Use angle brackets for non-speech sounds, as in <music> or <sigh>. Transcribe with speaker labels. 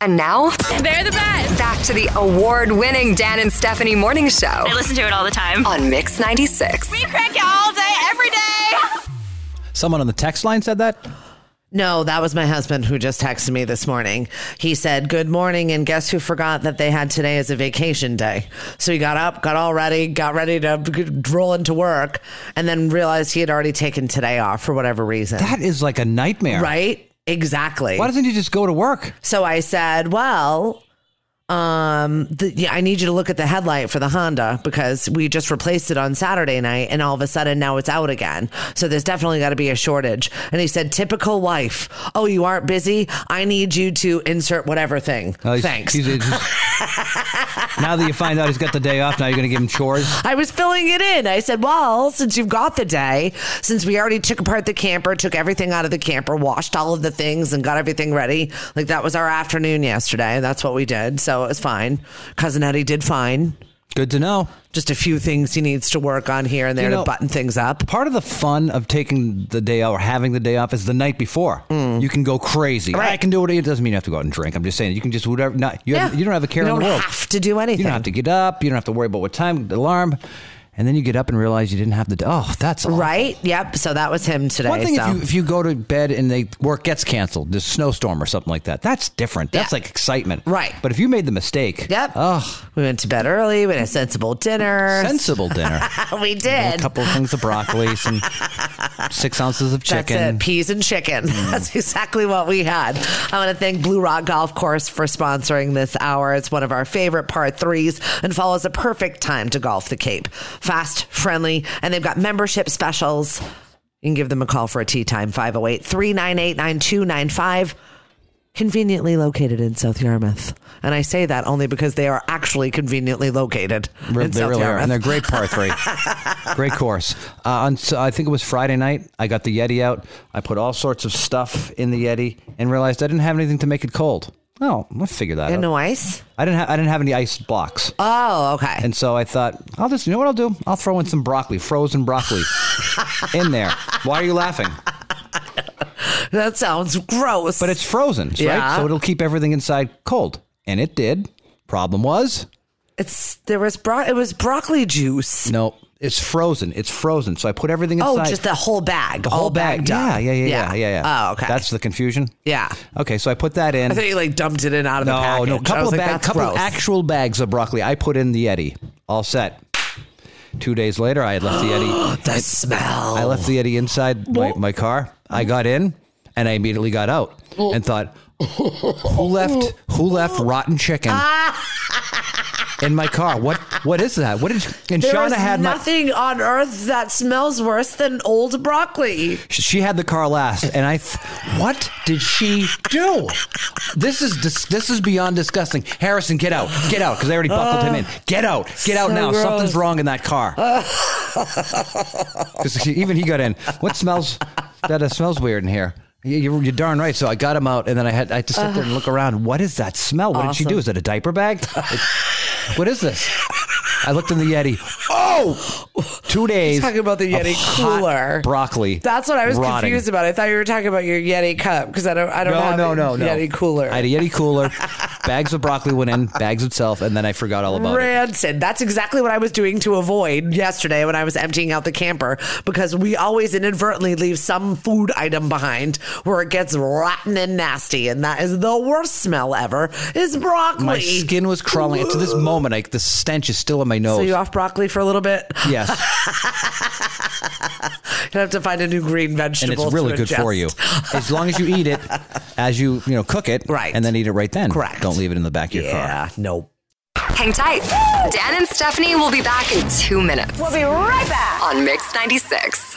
Speaker 1: And now,
Speaker 2: They're the best.
Speaker 1: back to the award winning Dan and Stephanie Morning Show
Speaker 2: I listen to it all the time.
Speaker 1: on Mix 96.
Speaker 2: We crack it all day, every day.
Speaker 3: Someone on the text line said that.
Speaker 4: No, that was my husband who just texted me this morning. He said, Good morning. And guess who forgot that they had today as a vacation day? So he got up, got all ready, got ready to g- roll into work, and then realized he had already taken today off for whatever reason.
Speaker 3: That is like a nightmare.
Speaker 4: right? Exactly.
Speaker 3: Why doesn't he just go to work?
Speaker 4: So I said, "Well, um, the, yeah, I need you to look at the headlight for the Honda because we just replaced it on Saturday night, and all of a sudden now it's out again. So there's definitely got to be a shortage." And he said, "Typical wife. Oh, you aren't busy. I need you to insert whatever thing.
Speaker 3: Oh, he's-
Speaker 4: Thanks."
Speaker 3: he's- he's-
Speaker 4: <laughs>
Speaker 3: now that you find out he's got the day off, now you're going to give him chores.
Speaker 4: I was filling it in. I said, Well, since you've got the day, since we already took apart the camper, took everything out of the camper, washed all of the things, and got everything ready, like that was our afternoon yesterday. That's what we did. So it was fine. Cousin Eddie did fine.
Speaker 3: Good to know.
Speaker 4: Just a few things he needs to work on here and there
Speaker 3: You know-
Speaker 4: to button things up.
Speaker 3: Part of the fun of taking the day off or having the day off is the night before.
Speaker 4: Mm.
Speaker 3: You can go crazy. I can do what it doesn't mean you have to go out and drink. I'm just saying you can just whatever. Not you. Have,
Speaker 4: Yeah.
Speaker 3: you don't have a care
Speaker 4: You
Speaker 3: in the
Speaker 4: don't
Speaker 3: world.
Speaker 4: have to do anything.
Speaker 3: You don't have to get up. You don't have to worry about what time the alarm. And then you get up and realize you didn't have the. Oh, that's awful.
Speaker 4: Right? Yep. So that was him today.
Speaker 3: One thing
Speaker 4: so.
Speaker 3: if you if you go to bed and they work gets canceled, there's a snowstorm or something like that. That's different. That's
Speaker 4: Yeah.
Speaker 3: like excitement.
Speaker 4: Right.
Speaker 3: But if you made the mistake,
Speaker 4: Yep.
Speaker 3: Oh,
Speaker 4: we went to bed early. We had a sensible dinner.
Speaker 3: sensible dinner.
Speaker 4: <laughs> we
Speaker 3: a
Speaker 4: did.
Speaker 3: couple of things of broccoli,
Speaker 4: <laughs>
Speaker 3: some six ounces of chicken.
Speaker 4: That's it. Peas and chicken. <laughs> That's exactly what we had. I want to thank Blue Rock Golf Course for sponsoring this hour. It's one of our favorite par threes and follows a perfect time to golf the Cape. Fast, friendly, and they've got membership specials. You can give them a call for a tea time, 508 398 9295. Conveniently located in South Yarmouth. And I say that only because they are actually conveniently located
Speaker 3: Re-
Speaker 4: in
Speaker 3: they
Speaker 4: South
Speaker 3: really are,
Speaker 4: Yarmouth.
Speaker 3: and they're great par
Speaker 4: <laughs>
Speaker 3: three, great course. Uh, on, so I think it was Friday night. I got the Yeti out. I put all sorts of stuff in the Yeti and realized I didn't have anything to make it cold. Oh, I'll figure that
Speaker 4: And
Speaker 3: out.
Speaker 4: no ice?
Speaker 3: I didn't. Ha- I didn't have any ice blocks.
Speaker 4: Oh, okay.
Speaker 3: And so I thought, I'll just, you know what I'll do? I'll throw in some broccoli, frozen broccoli
Speaker 4: <laughs>
Speaker 3: in there. Why are you laughing?
Speaker 4: that sounds gross.
Speaker 3: But it's frozen, right?
Speaker 4: Yeah.
Speaker 3: So it'll keep everything inside cold. And it did. Problem was,
Speaker 4: It's there was bro- it was broccoli juice.
Speaker 3: no, it's frozen. It's frozen. So I put everything
Speaker 4: Oh,
Speaker 3: inside.
Speaker 4: just the whole bag.
Speaker 3: The whole
Speaker 4: all
Speaker 3: bag.
Speaker 4: bagged
Speaker 3: Yeah,
Speaker 4: up.
Speaker 3: yeah, yeah, yeah, yeah, yeah.
Speaker 4: Oh, okay.
Speaker 3: That's the confusion.
Speaker 4: yeah.
Speaker 3: Okay, so I put that in.
Speaker 4: I thought you like dumped it in out of the
Speaker 3: No,
Speaker 4: package.
Speaker 3: no,
Speaker 4: I
Speaker 3: couple
Speaker 4: was
Speaker 3: of
Speaker 4: like,
Speaker 3: bag,
Speaker 4: that's
Speaker 3: couple
Speaker 4: gross.
Speaker 3: actual bags of broccoli. I put in the Yeti. All set. Two days later, I had left the
Speaker 4: <gasps>
Speaker 3: Yeti. <gasps>
Speaker 4: the smell.
Speaker 3: I left the Yeti inside my, my car. I got in and I immediately got out
Speaker 4: Oh.
Speaker 3: and thought, who left who left rotten chicken in my car? What what is that? What did and
Speaker 4: Ah. There
Speaker 3: Shauna
Speaker 4: is
Speaker 3: had my
Speaker 4: nothing on earth that smells worse than old broccoli.
Speaker 3: she had the car last and I th- what did she do? This is dis- this is beyond disgusting. Harrison, get out. Get out cuz I already buckled him in. Get out. Get out
Speaker 4: Uh, so
Speaker 3: now.
Speaker 4: gross.
Speaker 3: Something's wrong in that
Speaker 4: <laughs>
Speaker 3: car. Because even he got in. What smells? That uh, smells weird in here. You- You're, you're darn right. So I got him out, and then I had I had to sit there and look around. What is that smell? What did she do?
Speaker 4: Awesome.
Speaker 3: Is it a diaper bag? It- what is this? I looked in the Yeti. Oh, two days.
Speaker 4: Talking about the
Speaker 3: of
Speaker 4: Yeti
Speaker 3: hot
Speaker 4: cooler.
Speaker 3: broccoli.
Speaker 4: That's what I was
Speaker 3: rotting.
Speaker 4: confused about. I thought you were talking about your Yeti cup because I don't. I don't
Speaker 3: No,
Speaker 4: have
Speaker 3: no,
Speaker 4: a
Speaker 3: no, no.
Speaker 4: Yeti cooler.
Speaker 3: I had a Yeti
Speaker 4: <laughs>
Speaker 3: cooler. bags of broccoli went in. Bags itself, and then I forgot all about it.
Speaker 4: Rancid. That's exactly what I was doing to avoid yesterday when I was emptying out the camper because we always inadvertently leave some food item behind where it gets rotten and nasty, and that is the worst smell ever. Is broccoli?
Speaker 3: My skin was crawling. And to this moment, like the stench is still in my nose.
Speaker 4: So you off broccoli for a little bit?
Speaker 3: yes.
Speaker 4: You'd have to find a new green
Speaker 3: and
Speaker 4: <laughs> vegetable.
Speaker 3: it's really
Speaker 4: to
Speaker 3: good for
Speaker 4: ingest.
Speaker 3: you as long as you eat it as you you know cook it
Speaker 4: <laughs> Right.
Speaker 3: and then eat it right then
Speaker 4: Correct.
Speaker 3: don't leave it in the back of your
Speaker 4: Yeah.
Speaker 3: car
Speaker 4: Nope.
Speaker 1: Hang tight. Dan and Stephanie will be back in two minutes
Speaker 2: We'll be right back.
Speaker 1: on Mix 96.